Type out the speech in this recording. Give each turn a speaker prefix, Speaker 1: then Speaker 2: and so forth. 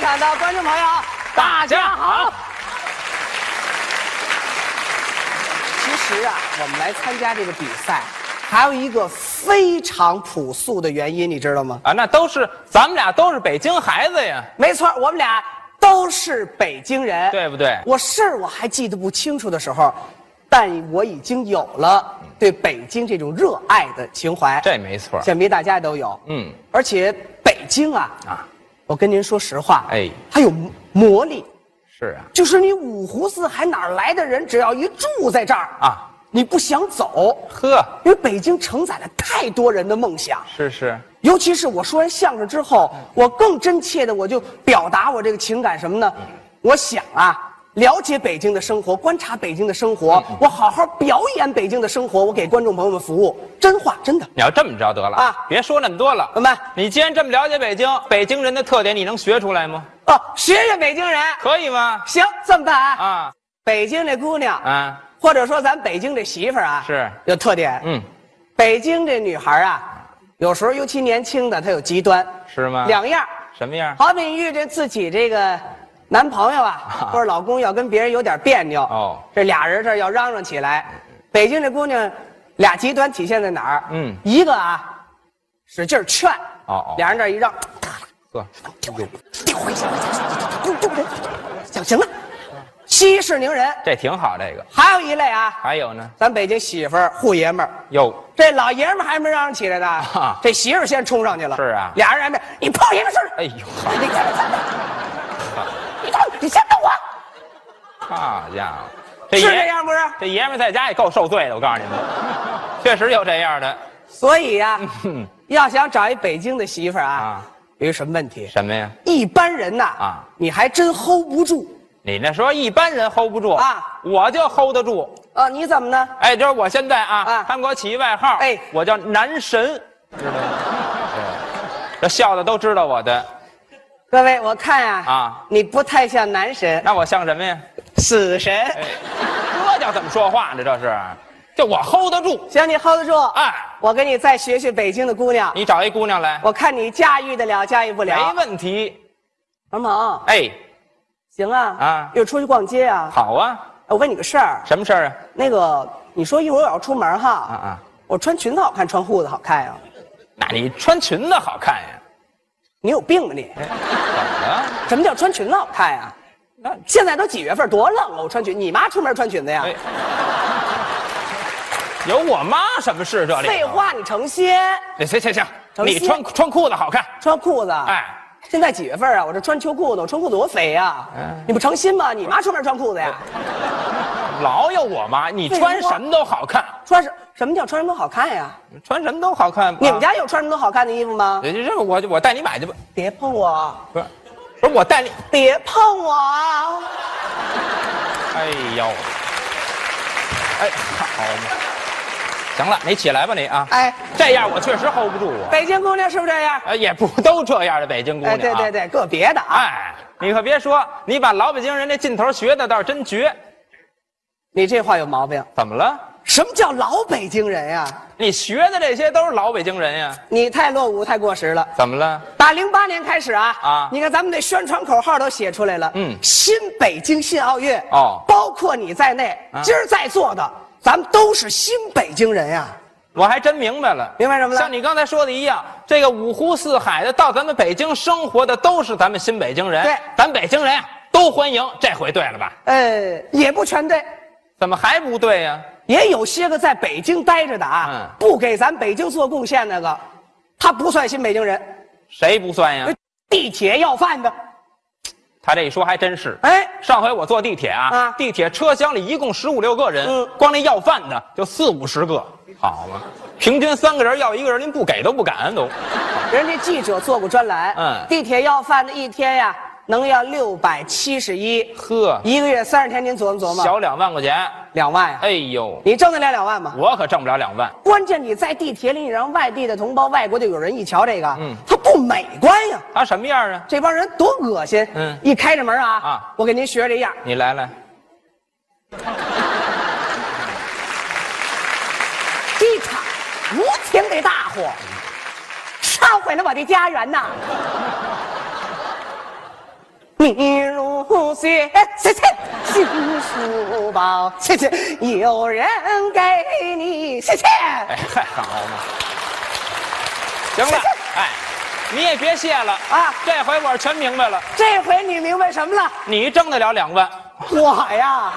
Speaker 1: 场的观众朋友，大家好。其实啊，我们来参加这个比赛，还有一个非常朴素的原因，你知道吗？
Speaker 2: 啊，那都是咱们俩都是北京孩子呀，
Speaker 1: 没错，我们俩都是北京人，
Speaker 2: 对不对
Speaker 1: 我事儿我还记得不清楚的时候，但我已经有了对北京这种热爱的情怀。
Speaker 2: 这没错。
Speaker 1: 想必大家都有。
Speaker 2: 嗯，
Speaker 1: 而且北京啊，
Speaker 2: 啊，
Speaker 1: 我跟您说实话，
Speaker 2: 哎
Speaker 1: 它有魔魔力，
Speaker 2: 是啊，
Speaker 1: 就是你五湖四海哪儿来的人，只要一住在这儿
Speaker 2: 啊，
Speaker 1: 你不想走，
Speaker 2: 呵，
Speaker 1: 因为北京承载了太多人的梦想。
Speaker 2: 是是，
Speaker 1: 尤其是我说完相声之后，
Speaker 2: 嗯
Speaker 1: 我更真切的我就表达我这个情感什么
Speaker 2: 嗯
Speaker 1: 呢？我想啊，了解北京的生活，观察北京的生
Speaker 2: 嗯
Speaker 1: 活，我好好表演北京的生活，我给观众朋友们服务，真话真的。
Speaker 2: 你要这么着得了
Speaker 1: 啊
Speaker 2: 别说那么多了。
Speaker 1: 怎么办？
Speaker 2: 你既然这么了解北京，北京人的特点你能学出来吗？
Speaker 1: 哦，学学北京人。
Speaker 2: 可以吗？
Speaker 1: 行，这么办啊，
Speaker 2: 啊
Speaker 1: 北京这姑娘，
Speaker 2: 啊，
Speaker 1: 或者说咱北京这媳妇儿啊，
Speaker 2: 是
Speaker 1: 有特点。
Speaker 2: 嗯，
Speaker 1: 北京这女孩啊，有时候尤其年轻的，她有极端，
Speaker 2: 是吗？
Speaker 1: 两样儿。
Speaker 2: 什么 样？
Speaker 1: 好比你遇着自己这个男朋友啊，或者老公要跟别人有点别扭，
Speaker 2: 哦
Speaker 1: 这俩人这儿要嚷嚷起来。北京这姑娘，俩极端体现在哪儿？
Speaker 2: 嗯
Speaker 1: 一个啊，使劲儿劝，
Speaker 2: 哦哦
Speaker 1: 俩人这儿一嚷，
Speaker 2: 呵，
Speaker 1: 丢人，丢回去，丢丢人，行行了，息事宁人。
Speaker 2: 这挺好，这个。
Speaker 1: 还有一类啊，
Speaker 2: 还有呢？
Speaker 1: 咱北京媳妇儿护爷们儿，
Speaker 2: 哟，
Speaker 1: 这老爷们儿还没嚷嚷起来呢，
Speaker 2: 啊
Speaker 1: 这媳妇儿先冲上去了。
Speaker 2: 是啊
Speaker 1: 俩人还没，你碰爷们儿试试，
Speaker 2: 哎呦，好
Speaker 1: 你看你看，你先等我，
Speaker 2: 好家伙，这
Speaker 1: 是这
Speaker 2: 爷
Speaker 1: 样不是？
Speaker 2: 这爷们儿在家也够受罪的，我告诉你们， 确实有这样的。
Speaker 1: 所以啊呀、
Speaker 2: 哼，
Speaker 1: 要想找一北京的媳妇儿啊
Speaker 2: 啊，
Speaker 1: 有一什么问题？
Speaker 2: 什么呀？
Speaker 1: 一般人呐，
Speaker 2: 啊
Speaker 1: 你还真 hold 不住
Speaker 2: 你那说一般人 hold 不住
Speaker 1: 啊，
Speaker 2: 我就 hold 得住。
Speaker 1: 啊！你怎么呢？
Speaker 2: 哎，就是我现在啊，
Speaker 1: 啊
Speaker 2: 他们给我起一外号，
Speaker 1: 哎
Speaker 2: 我叫男神，知道吗？ 对这笑的都知道我的，
Speaker 1: 各位，我看呀、啊，
Speaker 2: 啊
Speaker 1: 你不太像男神，
Speaker 2: 那我像什么呀？
Speaker 1: 死神。
Speaker 2: 哎，这叫怎么说话呢？这是，就我 hold 得住。
Speaker 1: 行，你 hold 得住。
Speaker 2: 哎，
Speaker 1: 我给你再学学北京的姑娘，
Speaker 2: 你找一姑娘来，
Speaker 1: 我看你驾驭得了，驾驭不
Speaker 2: 没
Speaker 1: 了。
Speaker 2: 问题。
Speaker 1: 王鹏，
Speaker 2: 哎，
Speaker 1: 行啊，
Speaker 2: 啊
Speaker 1: 又出去逛街啊。
Speaker 2: 好啊，
Speaker 1: 哎我问你个事儿，
Speaker 2: 什么事儿啊？
Speaker 1: 那个你说一会儿我要出门哈，
Speaker 2: 啊啊，
Speaker 1: 我穿裙子好看，穿裤子好看啊呀、
Speaker 2: 那你穿裙子好看呀？啊
Speaker 1: 你有病吧你？
Speaker 2: 怎么了？
Speaker 1: 什么叫穿裙子好看呀、
Speaker 2: 那
Speaker 1: 现在都几月份，多冷啊！我穿裙，你妈出门穿裙子呀？
Speaker 2: 哎，有我妈什么事？这里
Speaker 1: 废，话，你成仙，
Speaker 2: 行行行，
Speaker 1: 成
Speaker 2: 你
Speaker 1: 心啊
Speaker 2: 穿穿裤子好看。
Speaker 1: 穿裤子。
Speaker 2: 哎。
Speaker 1: 现在几月份啊？我这穿秋裤呢，我穿裤子多肥呀、
Speaker 2: 嗯
Speaker 1: 你不成心吗？你妈出门穿裤子呀？
Speaker 2: 哎老有我妈，你穿什么都好看，
Speaker 1: 穿什什么叫穿什么都好看呀、
Speaker 2: 穿什么都好看。啊
Speaker 1: 你们家有穿什么都好看的衣服吗？
Speaker 2: 这这我我带你买去吧，
Speaker 1: 别碰我，
Speaker 2: 不是，不是我带你。
Speaker 1: 别碰我啊！
Speaker 2: 哎呦，哎，好嘛，行了，你起来吧你啊。
Speaker 1: 哎，
Speaker 2: 这样我确实 hold 不住我。
Speaker 1: 北京姑娘是不是这样？
Speaker 2: 哎，也不都这样的北京姑娘、
Speaker 1: 哎，
Speaker 2: 啊。
Speaker 1: 对对
Speaker 2: 对。
Speaker 1: 对，个别的啊。
Speaker 2: 哎，你可别说，你把老北京人那劲头学的倒是真绝。
Speaker 1: 你这话有毛病。
Speaker 2: 怎么了？
Speaker 1: 什么叫老北京人呀、
Speaker 2: 你学的这些都是老北京人呀？
Speaker 1: 你太落伍，太过时了。
Speaker 2: 怎么了？
Speaker 1: 打零八年开始啊，
Speaker 2: 啊
Speaker 1: 你看咱们这宣传口号都写出来了，
Speaker 2: 嗯
Speaker 1: 新北京新奥运
Speaker 2: 哦
Speaker 1: 包括你在内，
Speaker 2: 啊
Speaker 1: 今儿在座的咱们都是新北京人呀、
Speaker 2: 我还真明白了，
Speaker 1: 明白什么了
Speaker 2: 像你刚才说的一样，这个五湖四海的到咱们北京生活的都是咱们新北京人，
Speaker 1: 对
Speaker 2: 咱北京人啊都欢迎。这回对了吧？
Speaker 1: 呃，也不全对，
Speaker 2: 怎么还不对呀、
Speaker 1: 也有些个在北京待着的啊
Speaker 2: 嗯，
Speaker 1: 不给咱北京做贡献那个，他不算新北京人。呃
Speaker 2: 谁不算
Speaker 1: 哎
Speaker 2: 呀？
Speaker 1: 地铁要饭的，
Speaker 2: 他这一说还真是。
Speaker 1: 哎，
Speaker 2: 上回我坐地铁啊，
Speaker 1: 啊
Speaker 2: 地铁车厢里一共十五六个人，
Speaker 1: 嗯
Speaker 2: 光那要饭的就四五十个，好嘛，平均三个人要一个人，您不给都不敢都。
Speaker 1: 人家记者做过专栏，
Speaker 2: 嗯
Speaker 1: 地铁要饭的一天呀、能要六百七十一，
Speaker 2: 呵，
Speaker 1: 一个月三十天，您琢磨琢磨，
Speaker 2: 小两万块钱，
Speaker 1: 两万呀、
Speaker 2: 哎呦，
Speaker 1: 你挣得了两万吗？
Speaker 2: 我可挣不了两万。
Speaker 1: 关键你在地铁里，你让外地的同胞、外国的有人一瞧这个，
Speaker 2: 嗯
Speaker 1: 他不美观呀，
Speaker 2: 他、什么样啊？
Speaker 1: 这帮人多恶心。
Speaker 2: 嗯
Speaker 1: 一开着门啊，
Speaker 2: 啊
Speaker 1: 我给您学这样，
Speaker 2: 你来来，
Speaker 1: 机场无情的大火烧毁了我的家园呐。 你如哎雪，切切，心书包，切切，有人给你，切切。
Speaker 2: 哎，嗨，好嘛。行了，哎，你也别谢了
Speaker 1: 啊
Speaker 2: 啊！这回我是全明白了，
Speaker 1: 这回你明白什么了？
Speaker 2: 你挣得了两万，
Speaker 1: 我呀，